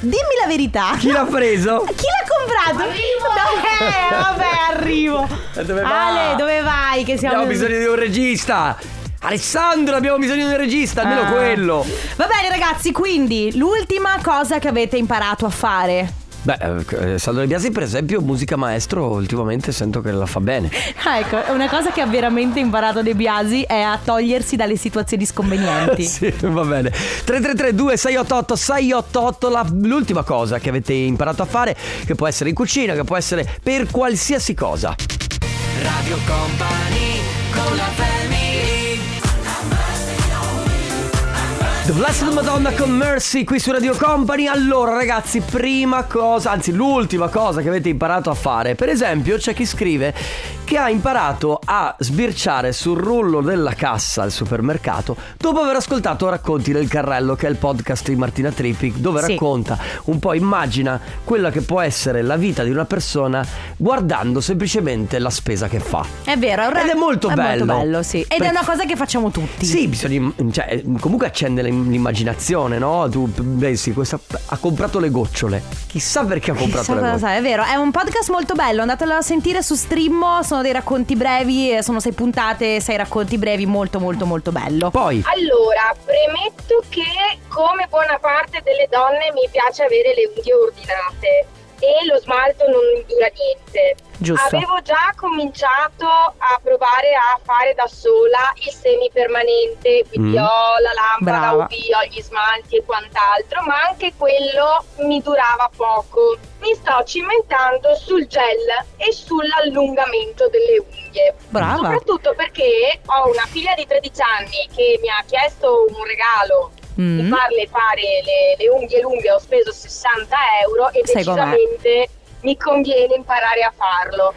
Speaker 1: dimmi la verità.
Speaker 2: Chi l'ha
Speaker 1: [LAUGHS]
Speaker 2: preso?
Speaker 1: Chi l'ha comprato? Arrivo! Eh, vabbè, arrivo.
Speaker 2: [LAUGHS] E dove va?
Speaker 1: Ale, dove vai? Che siamo
Speaker 2: Abbiamo bisogno di un regista. Alessandro, abbiamo bisogno di un regista, almeno
Speaker 1: Ah.
Speaker 2: quello.
Speaker 1: Va bene, ragazzi, quindi l'ultima cosa che avete imparato a fare.
Speaker 2: Beh, eh, Sandro De Biasi, per esempio, musica maestro, ultimamente sento che la fa bene.
Speaker 1: Ah, ecco, una cosa che ha veramente imparato De Biasi è a togliersi dalle situazioni sconvenienti.
Speaker 2: [LAUGHS] Sì, va bene. 3332 688 688 la- l'ultima cosa che avete imparato a fare, che può essere in cucina, che può essere per qualsiasi cosa. Radio Company con la The Blessed Madonna con Mercy qui su Radio Company. Allora, ragazzi, prima cosa, anzi, l'ultima cosa che avete imparato a fare. Per esempio, c'è chi scrive che ha imparato a sbirciare sul rullo della cassa al supermercato dopo aver ascoltato Racconti del Carrello, che è il podcast di Martina Trippic, dove
Speaker 1: Sì.
Speaker 2: racconta un po', immagina quella che può essere la vita di una persona guardando semplicemente la spesa che fa.
Speaker 1: È vero, è, un
Speaker 2: Ed è
Speaker 1: rag-
Speaker 2: molto bello.
Speaker 1: bello, sì. Ed è
Speaker 2: Per-
Speaker 1: una cosa che facciamo tutti.
Speaker 2: Sì, bisogna, cioè, comunque accende l'im- l'immaginazione, no? Tu pensi, questa ha comprato le gocciole. Chissà perché ha comprato
Speaker 1: Chissà
Speaker 2: le
Speaker 1: cosa
Speaker 2: gocciole.
Speaker 1: sa, è vero, è un podcast molto bello, andatelo a sentire su Streammo, sono dei racconti brevi, eh, sono sei puntate, sei racconti brevi, molto molto molto bello.
Speaker 2: Poi,
Speaker 7: Allora, premetto che come buona parte delle donne mi piace avere le unghie ordinate e lo smalto non dura niente.
Speaker 1: Giusto.
Speaker 7: Avevo già cominciato a provare a fare da sola il semipermanente, quindi
Speaker 2: Mm.
Speaker 7: ho la lampada
Speaker 1: Brava.
Speaker 7: UV, ho gli smalti e quant'altro, ma anche quello mi durava poco. Mi sto cimentando sul gel e sull'allungamento delle unghie.
Speaker 1: Brava.
Speaker 7: Soprattutto perché ho una figlia di 13 anni che mi ha chiesto un regalo di
Speaker 1: Mm.
Speaker 7: farle fare le, le unghie lunghe, ho speso 60 euro e
Speaker 1: Sai com'è.
Speaker 7: decisamente mi conviene imparare a farlo.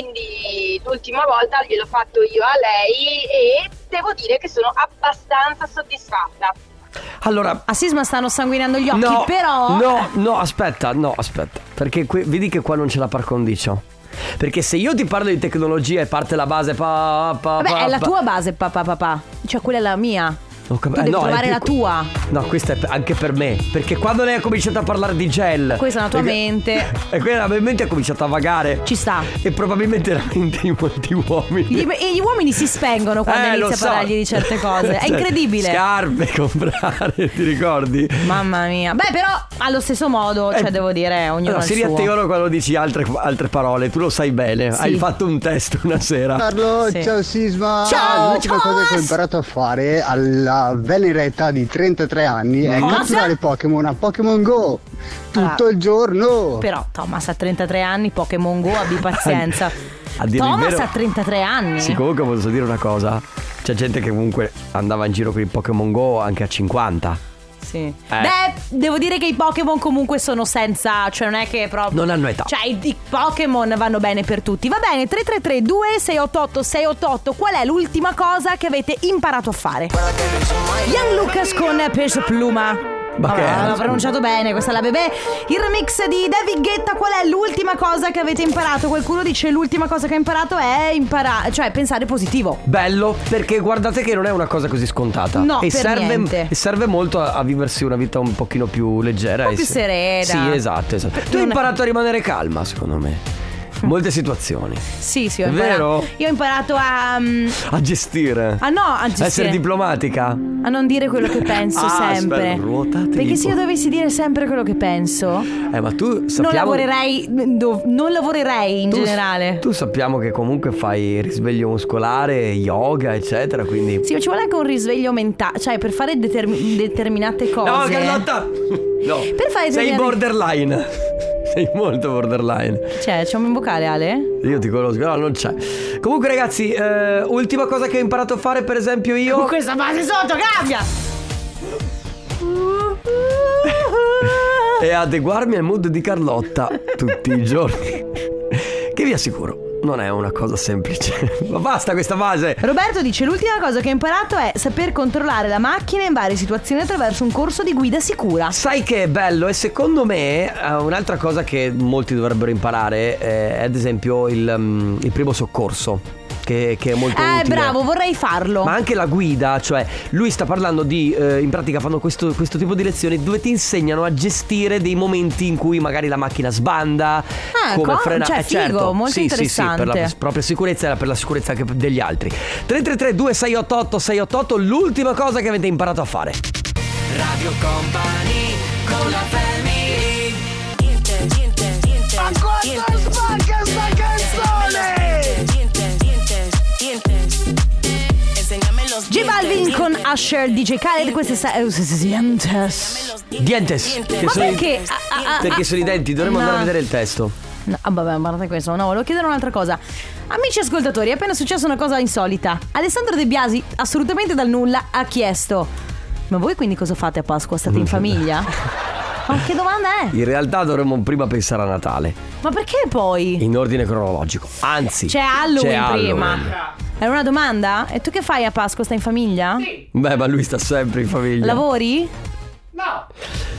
Speaker 7: Quindi l'ultima volta gliel'ho fatto io a lei e devo dire che sono abbastanza soddisfatta.
Speaker 2: allora,
Speaker 1: A Sisma stanno sanguinando Ah, gli occhi,
Speaker 2: no,
Speaker 1: però...
Speaker 2: No, no, aspetta, no, aspetta. Perché qui- vedi che qua non c'è la par condicio. Perché se io ti parlo di tecnologia e parte la base pa, pa,
Speaker 1: Vabbè,
Speaker 2: pa,
Speaker 1: è la
Speaker 2: pa-
Speaker 1: tua base, papà, papà. Cioè, quella è la mia.
Speaker 2: Ho cap-
Speaker 1: Tu devi
Speaker 2: eh, no, è
Speaker 1: trovare
Speaker 2: più-
Speaker 1: la tua.
Speaker 2: No, questa è per- anche per me. Perché quando lei ha cominciato a parlare di gel.
Speaker 1: Questa è la tua
Speaker 2: e-
Speaker 1: mente.
Speaker 2: [LAUGHS] E quella la mia mente ha cominciato a vagare.
Speaker 1: Ci sta.
Speaker 2: E probabilmente la mente di molti uomini.
Speaker 1: Gli- e gli uomini si spengono quando
Speaker 2: Eh, lo
Speaker 1: inizia a
Speaker 2: so.
Speaker 1: parlargli di
Speaker 2: [LAUGHS]
Speaker 1: certe cose. È
Speaker 2: Cioè,
Speaker 1: incredibile.
Speaker 2: Scarpe comprare, [LAUGHS] ti ricordi?
Speaker 1: Mamma mia. Beh, però, allo stesso modo, cioè,
Speaker 2: Eh,
Speaker 1: devo dire, ognuno
Speaker 2: no,
Speaker 1: ha il
Speaker 2: si
Speaker 1: suo.
Speaker 2: riattivano quando dici altre, altre parole, tu lo sai bene.
Speaker 1: Sì.
Speaker 2: Hai fatto un test una sera.
Speaker 10: Carlo,
Speaker 1: Sì.
Speaker 10: ciao Sisma.
Speaker 1: Ciao,
Speaker 10: L'ultima
Speaker 1: ciao,
Speaker 10: cosa che ho
Speaker 1: As-
Speaker 10: imparato a fare alla bella età di 33 anni è
Speaker 1: Cosa?
Speaker 10: catturare Pokémon a Pokémon Go tutto
Speaker 1: Ah.
Speaker 10: il giorno.
Speaker 1: Però Thomas ha 33 anni, Pokémon
Speaker 2: [LAUGHS]
Speaker 1: Go, abbi pazienza.
Speaker 2: A dire il
Speaker 1: Thomas
Speaker 2: vero-
Speaker 1: ha 33 anni.
Speaker 2: Sì, comunque posso dire una cosa. C'è gente che comunque andava in giro con i Pokémon Go anche a 50.
Speaker 1: Sì.
Speaker 2: Eh.
Speaker 1: Beh, devo dire che i Pokémon comunque sono senza, cioè non è che proprio
Speaker 2: Non hanno età.
Speaker 1: Cioè i, i Pokémon vanno bene per tutti. Va bene, 333 2688 688. Qual è l'ultima cosa che avete imparato a fare? Ian Lucas con Pesce Pluma.
Speaker 2: Ma che è?
Speaker 1: l'ho pronunciato bene, questa è la bebè. Il remix di David Guetta, qual è l'ultima cosa che avete imparato? Qualcuno dice l'ultima cosa che ho imparato è imparare, cioè pensare positivo.
Speaker 2: Bello, perché guardate che non è una cosa così scontata.
Speaker 1: No,
Speaker 2: e
Speaker 1: per niente.
Speaker 2: serve, e serve molto a, a viversi una vita un pochino più leggera.
Speaker 1: Un po'
Speaker 2: e
Speaker 1: più
Speaker 2: se-
Speaker 1: serena.
Speaker 2: Sì, esatto. esatto. Tu hai
Speaker 1: Non- Mm.
Speaker 2: imparato a rimanere calma, secondo me. Molte situazioni.
Speaker 1: Sì, sì, ho
Speaker 2: È
Speaker 1: imparato.
Speaker 2: vero?
Speaker 1: Io ho imparato a mm,
Speaker 2: A gestire.
Speaker 1: Ah no, a gestire.
Speaker 2: Essere diplomatica.
Speaker 1: A non dire quello che penso
Speaker 2: Ah,
Speaker 1: sempre.
Speaker 2: aspetta, ruotate
Speaker 1: Perché
Speaker 2: di
Speaker 1: se io
Speaker 2: po-
Speaker 1: dovessi dire sempre quello che penso,
Speaker 2: Eh, ma tu sappiamo.
Speaker 1: non lavorerei. dov- non lavorerei in
Speaker 2: tu-
Speaker 1: generale.
Speaker 2: Tu sappiamo che comunque fai risveglio muscolare, yoga, eccetera, quindi.
Speaker 1: Sì, ma ci vuole anche un risveglio mentale. Cioè, per fare determi- determinate cose.
Speaker 2: No, Carlotta! No.
Speaker 1: Per fare
Speaker 2: Sei
Speaker 1: determinate-
Speaker 2: borderline. [LAUGHS] Sei molto borderline.
Speaker 1: Cioè, c'è un vocale, Ale?
Speaker 2: Io ti conosco, no, non c'è. Comunque, ragazzi, eh, ultima cosa che ho imparato a fare, per esempio,
Speaker 1: Con [LAUGHS]
Speaker 2: io.
Speaker 1: questa base sotto, cambia!
Speaker 2: è adeguarmi al mood di Carlotta tutti i giorni. [LAUGHS] che vi assicuro, non è una cosa semplice. [LAUGHS] Ma basta questa fase.
Speaker 1: Roberto dice: L'ultima cosa che ho imparato è saper controllare la macchina in varie situazioni attraverso un corso di guida sicura.
Speaker 2: Sai che è bello e secondo me eh, un'altra cosa che molti dovrebbero imparare eh, è ad esempio il, mm, il primo soccorso che, che è molto
Speaker 1: Eh,
Speaker 2: utile.
Speaker 1: bravo, vorrei farlo.
Speaker 2: Ma anche la guida, cioè lui sta parlando di, eh, in pratica fanno questo, questo tipo di lezioni dove ti insegnano a gestire dei momenti in cui magari la macchina sbanda,
Speaker 1: Ah,
Speaker 2: come
Speaker 1: co-
Speaker 2: frena,
Speaker 1: cioè,
Speaker 2: eh, certo.
Speaker 1: figo, molto
Speaker 2: sì, Sì, sì, per la
Speaker 1: interessante.
Speaker 2: propria sicurezza e per la sicurezza anche degli altri. 333 2688 688 l'ultima cosa che avete imparato a fare. Radio Company con la
Speaker 4: Ma quanto spacca sta canzone!
Speaker 1: J Balvin con Usher DJ Khaled queste sa- eh, s- s- Sientes.
Speaker 2: Dientes. che
Speaker 1: Ma
Speaker 2: sono i-
Speaker 1: perché? Ah, ah,
Speaker 2: perché
Speaker 1: ah,
Speaker 2: sono i denti, dovremmo
Speaker 1: no.
Speaker 2: andare a vedere il testo.
Speaker 1: No, ah, vabbè, guardate questo. No, volevo chiedere un'altra cosa. Amici ascoltatori, è appena successa una cosa insolita. Alessandro De Biasi, assolutamente dal nulla, ha chiesto: Ma voi quindi cosa fate a Pasqua? State in famiglia? Ma che domanda è?
Speaker 2: In realtà dovremmo prima pensare a Natale,
Speaker 1: Ma perché poi?
Speaker 2: in ordine cronologico. Anzi,
Speaker 1: C'è Halloween prima.
Speaker 2: Halloween.
Speaker 1: Era una domanda? E tu che fai a Pasqua? Stai in famiglia?
Speaker 2: Beh, ma lui sta sempre in famiglia.
Speaker 8: [LAUGHS]
Speaker 1: Lavori?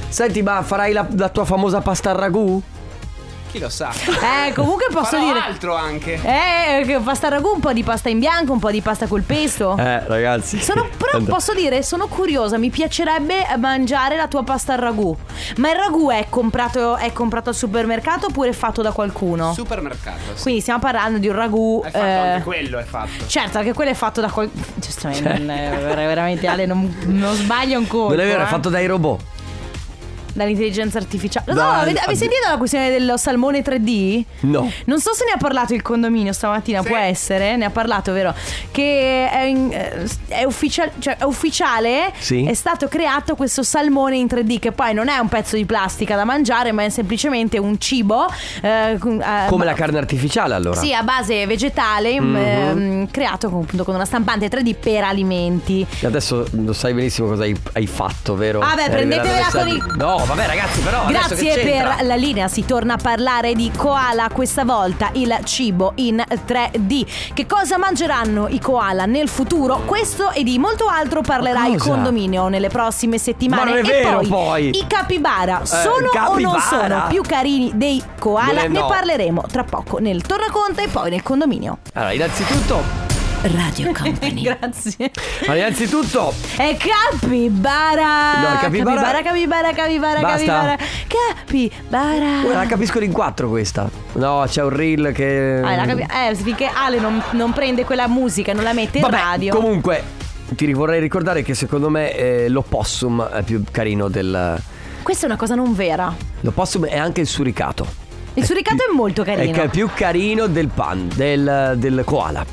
Speaker 2: Senti, ma farai la, la tua famosa pasta al ragù?
Speaker 8: Chi lo sa?
Speaker 1: Eh, comunque posso
Speaker 8: Farò
Speaker 1: dire.
Speaker 8: altro anche.
Speaker 1: Eh, che pasta al ragù, un po' di pasta in bianco, un po' di pasta col pesto.
Speaker 2: Eh, ragazzi.
Speaker 1: Oh. Sono,
Speaker 2: [LAUGHS]
Speaker 1: però
Speaker 2: Tanto-
Speaker 1: posso dire, sono curiosa, mi piacerebbe eh, mangiare la tua pasta al ragù. Ma il ragù è comprato, è comprato al supermercato oppure è fatto da qualcuno?
Speaker 8: Supermercato. sì.
Speaker 1: Quindi stiamo parlando di un ragù.
Speaker 8: Hai fatto
Speaker 1: eh,
Speaker 8: anche quello, hai fatto.
Speaker 1: Certo, anche quello è fatto da qualcuno.
Speaker 2: Cioè.
Speaker 1: Giustamente, non è- veramente Ale non, non sbaglia un colpo.
Speaker 2: Non è vero,
Speaker 1: eh.
Speaker 2: è fatto dai robot.
Speaker 1: Dall'intelligenza artificiale. No,
Speaker 2: Dai,
Speaker 1: avete, avete
Speaker 2: addio.
Speaker 1: sentito la questione dello salmone 3D?
Speaker 2: No.
Speaker 1: Non so se ne ha parlato il condominio stamattina, può essere, ne ha parlato, vero? Che è, in- eh, è ufficial- cioè, è ufficiale,
Speaker 2: Sì.
Speaker 1: è stato creato questo salmone in 3D, che poi non è un pezzo di plastica da mangiare, ma è semplicemente un cibo. eh,
Speaker 2: Come
Speaker 1: con- eh, ma-
Speaker 2: la Mm-hmm. carne artificiale, allora.
Speaker 1: Sì, a base vegetale, m- ehm, creato con, appunto con una stampante 3D per alimenti.
Speaker 2: E Adesso lo sai benissimo cosa hai, hai fatto, vero?
Speaker 1: Ah, beh,
Speaker 2: Eh,
Speaker 1: prendetevela
Speaker 2: adesso-
Speaker 1: con i-
Speaker 2: No, vabbè, ragazzi, però. adesso
Speaker 1: Grazie
Speaker 2: che c'entra?
Speaker 1: per la linea, si torna a parlare di koala, questa volta il cibo in 3D. Che cosa mangeranno i koala nel futuro? Questo e di molto altro parlerà
Speaker 2: Ma
Speaker 1: il
Speaker 2: cosa?
Speaker 1: condominio nelle prossime settimane.
Speaker 2: Ma non è
Speaker 1: e
Speaker 2: vero,
Speaker 1: poi,
Speaker 2: poi. Eh,
Speaker 1: i capibara sono o non
Speaker 2: capibara?
Speaker 1: sono più carini dei koala?
Speaker 2: Eh,
Speaker 1: Ne
Speaker 2: no.
Speaker 1: parleremo tra poco nel tornaconto e poi
Speaker 2: [LAUGHS]
Speaker 1: nel condominio.
Speaker 2: Allora, innanzitutto.
Speaker 1: Radio Company. Grazie.
Speaker 2: allora, innanzitutto.
Speaker 1: È capibara.
Speaker 2: No, il
Speaker 1: capibara,
Speaker 2: capibara-
Speaker 1: capibara, capibara,
Speaker 2: Basta?
Speaker 1: capibara. Capibara.
Speaker 2: La capiscono in quattro questa. No, c'è un reel che.
Speaker 1: Ah, la capi- eh, finché Ale non, non prende quella musica, non la mette
Speaker 2: Vabbè,
Speaker 1: in radio.
Speaker 2: Comunque, ti vorrei ricordare che secondo me eh, l'opossum è più carino del.
Speaker 1: Questa è una cosa non vera.
Speaker 2: L'opossum è anche il suricato.
Speaker 1: Il suricato è molto carino.
Speaker 2: Eh, È ca- più carino del pan, del, del koala.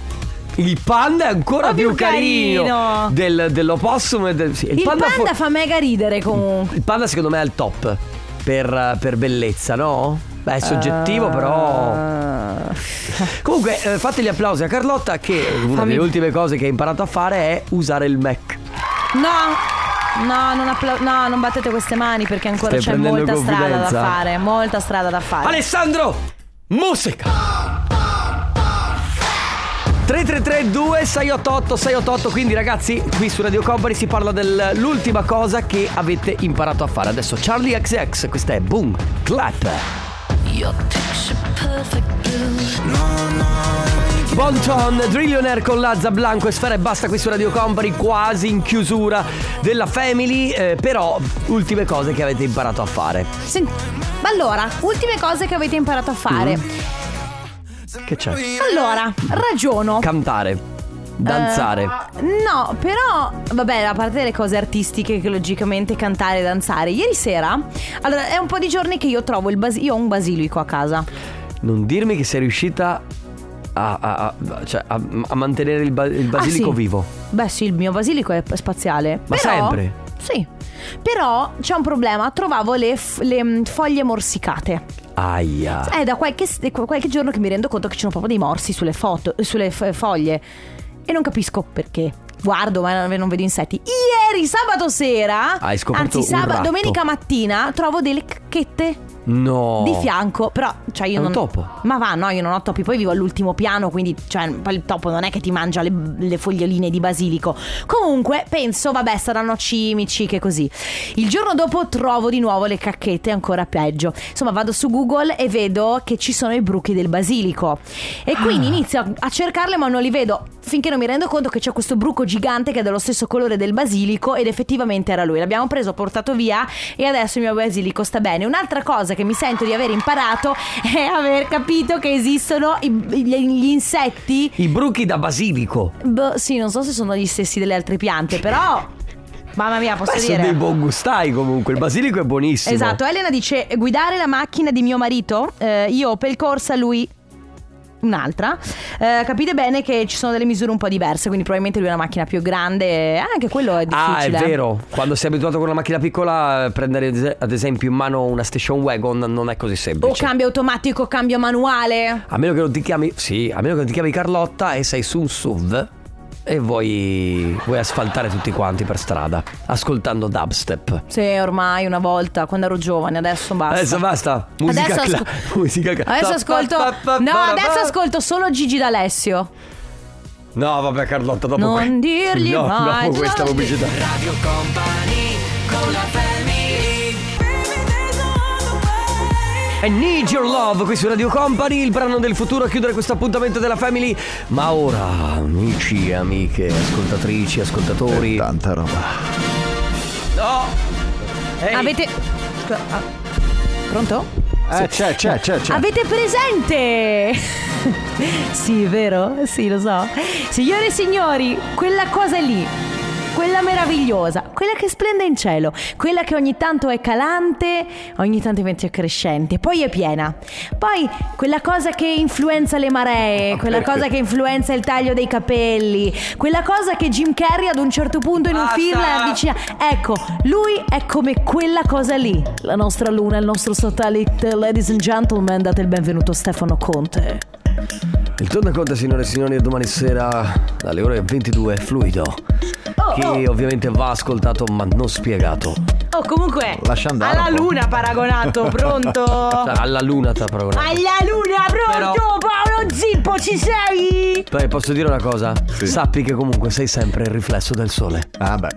Speaker 2: Il panda è ancora
Speaker 1: Ma più
Speaker 2: più, carino,
Speaker 1: carino.
Speaker 2: Del, dell'opossum. e del- sì,
Speaker 1: il panda,
Speaker 2: fo-
Speaker 1: fa mega ridere comunque.
Speaker 2: il panda secondo me è al top per, per bellezza, no? Beh, è
Speaker 1: Eh,
Speaker 2: soggettivo, però. Comunque, eh, fate gli applausi a Carlotta che una
Speaker 1: Fammi-
Speaker 2: delle ultime cose che ha imparato a fare è usare il Mac.
Speaker 1: No, no non, appla- no, non battete queste mani perché ancora
Speaker 2: Stai
Speaker 1: c'è
Speaker 2: prendendo
Speaker 1: molta strada da
Speaker 2: confidenza?
Speaker 1: fare. Molta strada da fare.
Speaker 2: Alessandro, musica! 3332 688 688 quindi ragazzi qui su Radio Company si parla dell'ultima cosa che avete imparato a fare adesso Charlie XX questa è Boom Clap Bonton, Drillionaire con Lazza Blanco e Sfera e Basta qui su Radio Company quasi in chiusura della Family eh, però ultime cose che avete imparato a fare
Speaker 1: Sen- Ma allora, ultime cose che avete imparato a fare.
Speaker 2: Mm. che c'è?
Speaker 1: Allora, ragiono.
Speaker 2: Cantare danzare
Speaker 1: Eh, No, però, vabbè, a parte le cose artistiche che logicamente cantare e danzare. Ieri sera, allora, è un po' di giorni che io trovo il basilico. Io ho un basilico a casa.
Speaker 2: Non dirmi che sei riuscita a, a- a- cioè, a- a mantenere il, ba- il basilico
Speaker 1: Ah, sì.
Speaker 2: vivo.
Speaker 1: Beh, sì, il mio basilico è spaziale.
Speaker 2: Ma
Speaker 1: Però-
Speaker 2: sempre?
Speaker 1: Sì. Però c'è un problema, trovavo le, f- le, mm, foglie morsicate.
Speaker 2: Aia.
Speaker 1: È Eh, da qualche, s- qualche giorno che mi rendo conto che ci sono proprio dei morsi sulle, foto, sulle f- foglie. E non capisco perché. Guardo, ma non vedo insetti. Ieri, sabato sera.
Speaker 2: Hai scoperto
Speaker 1: Anzi,
Speaker 2: un
Speaker 1: sabato,
Speaker 2: ratto.
Speaker 1: domenica mattina, trovo delle cacchette.
Speaker 2: No.
Speaker 1: Di fianco, però, cioè io
Speaker 2: È un
Speaker 1: non.
Speaker 2: topo.
Speaker 1: Ma va, no, io non ho topi. Poi vivo all'ultimo piano, quindi, cioè, poi il topo non è che ti mangia le, le foglioline di basilico. Comunque, penso, vabbè, saranno cimici, che così. Il giorno dopo trovo di nuovo le cacchette, ancora peggio. Insomma, vado su Google e vedo che ci sono i bruchi del basilico. E
Speaker 2: Ah.
Speaker 1: quindi inizio a- a cercarle, ma non li vedo. Finché non mi rendo conto che c'è questo bruco gigante che è dello stesso colore del basilico ed effettivamente era lui. L'abbiamo preso, portato via e adesso il mio basilico sta bene. Un'altra cosa che mi sento di aver imparato [LAUGHS] è aver capito che esistono i- gli, gli insetti.
Speaker 2: I bruchi da basilico.
Speaker 1: Boh, sì, non so se sono gli stessi delle altre piante, però. Mamma mia, posso
Speaker 2: Beh,
Speaker 1: dire.
Speaker 2: sono dei buon gustai comunque. Il basilico è buonissimo.
Speaker 1: Esatto, Elena dice guidare la macchina di mio marito, eh, io Opel Corsa, lui un'altra. Eh, capite bene che ci sono delle misure un po' diverse, quindi probabilmente lui è una macchina più grande, eh, anche quello è
Speaker 2: Ah, è
Speaker 1: difficile. eh.
Speaker 2: vero. Quando sei abituato con una macchina piccola, eh, prendere ad es- ad esempio in mano una station wagon non è così
Speaker 1: O
Speaker 2: semplice.
Speaker 1: cambio automatico, o cambio manuale.
Speaker 2: a meno che non ti chiami. Sì, a meno che non ti chiami Carlotta e sei su un SUV. e vuoi, vuoi asfaltare tutti quanti per strada, ascoltando dubstep.
Speaker 1: Sì, ormai una volta, quando ero giovane, adesso basta.
Speaker 2: Adesso basta, musica
Speaker 1: Adesso
Speaker 2: cla-
Speaker 1: asco-
Speaker 2: musica cla- [LAUGHS]
Speaker 1: Adesso
Speaker 2: pa-
Speaker 1: ascolto.
Speaker 2: pa- pa-
Speaker 1: No,
Speaker 2: pa-
Speaker 1: adesso
Speaker 2: pa-
Speaker 1: ascolto solo Gigi d'Alessio.
Speaker 2: No, vabbè Carlotta, dopo
Speaker 1: Non
Speaker 2: que-
Speaker 1: dirgli
Speaker 2: [LAUGHS] no,
Speaker 1: mai,
Speaker 2: dopo questa
Speaker 1: Giorgi.
Speaker 2: pubblicità. E Need Your Love qui su Radio Company, il brano del futuro a chiudere questo appuntamento della Family. Ma ora, amici, amiche, ascoltatrici, ascoltatori.
Speaker 5: Tanta roba.
Speaker 2: No! Ehi,
Speaker 1: Avete. Scusa, ah. Pronto?
Speaker 5: Eh, c'è, c'è, c'è, c'è.
Speaker 1: Avete presente? [LAUGHS] sì, vero? Sì, lo so. Signore e signori, quella cosa lì, quella meravigliosa, quella che splende in cielo, quella che ogni tanto è calante, ogni tanto invece è crescente, poi è piena. Poi quella cosa che influenza le maree, quella cosa che influenza il taglio dei capelli, quella cosa che Jim Carrey ad un certo punto in un
Speaker 2: Basta!
Speaker 1: film avvicina. Ecco, lui è come quella cosa lì. La nostra luna, il nostro satellite. Ladies and gentlemen, date il benvenuto a Stefano Conte.
Speaker 2: Il torna conta, signore e signori, è domani sera dalle ore 22, fluido. che
Speaker 1: oh.
Speaker 2: ovviamente va ascoltato ma non spiegato.
Speaker 1: Oh, comunque,
Speaker 5: Lascia andare
Speaker 1: alla
Speaker 5: un po'.
Speaker 1: luna paragonato,
Speaker 5: [LAUGHS]
Speaker 1: pronto?
Speaker 2: Cioè, alla luna t'ha programmato.
Speaker 1: Oh. Alla luna, pronto?
Speaker 2: Però-
Speaker 1: Paolo Zippo, ci sei?
Speaker 2: Beh, posso dire una cosa? Sappi che comunque sei sempre il riflesso del sole.
Speaker 5: Ah, beh.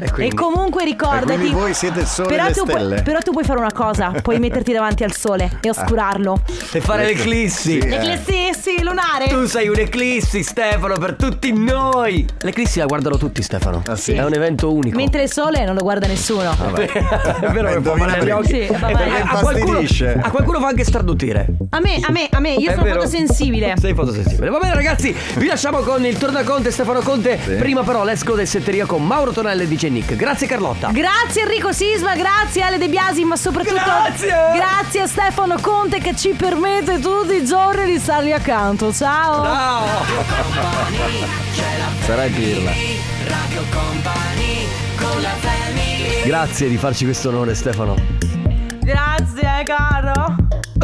Speaker 2: E quindi
Speaker 1: E comunque
Speaker 5: E
Speaker 1: ricordati.
Speaker 5: quindi voi siete il sole e le
Speaker 1: tu puoi-
Speaker 5: stelle.
Speaker 1: però tu puoi fare una
Speaker 5: [LAUGHS]
Speaker 1: cosa: puoi metterti davanti al sole e oscurarlo.
Speaker 2: e fare
Speaker 5: Ecco.
Speaker 2: l'eclissi.
Speaker 5: Sì, eh.
Speaker 1: L'eclissi sì, lunare.
Speaker 2: Tu sei un'eclissi, Stefano, per tutti noi. L'eclissi la guardano tutti, Stefano.
Speaker 5: Ah, sì?
Speaker 2: È un evento unico.
Speaker 1: Mentre il sole non lo guarda
Speaker 5: Ah,
Speaker 1: nessuno.
Speaker 2: È vero che può
Speaker 5: Domani
Speaker 2: aprire gli occhi.
Speaker 1: Sì, va
Speaker 2: Eh,
Speaker 1: bene.
Speaker 2: a, qualcuno,
Speaker 5: Infastidisce.
Speaker 2: a qualcuno fa anche stradutire.
Speaker 1: A me, a me, a me, io
Speaker 2: È
Speaker 1: sono
Speaker 2: vero.
Speaker 5: [LAUGHS]
Speaker 1: fotosensibile.
Speaker 2: Sei fotosensibile. Va bene, ragazzi, vi lasciamo con il Tornaconte Stefano Conte. Prima però, let's go del setteria con Mauro Tonello e DJ Nick. Grazie, Carlotta.
Speaker 1: Grazie Enrico Sisma, grazie Ale De Biasi, ma soprattutto
Speaker 2: Grazie!
Speaker 1: grazie a Stefano Conte che ci permette tutti i giorni di stargli accanto. Ciao!
Speaker 2: Ciao.
Speaker 5: Sarai pirla.
Speaker 2: Grazie di farci questo onore, Stefano.
Speaker 1: Grazie caro!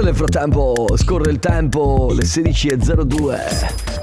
Speaker 2: Nel frattempo scorre il tempo, le 16.02.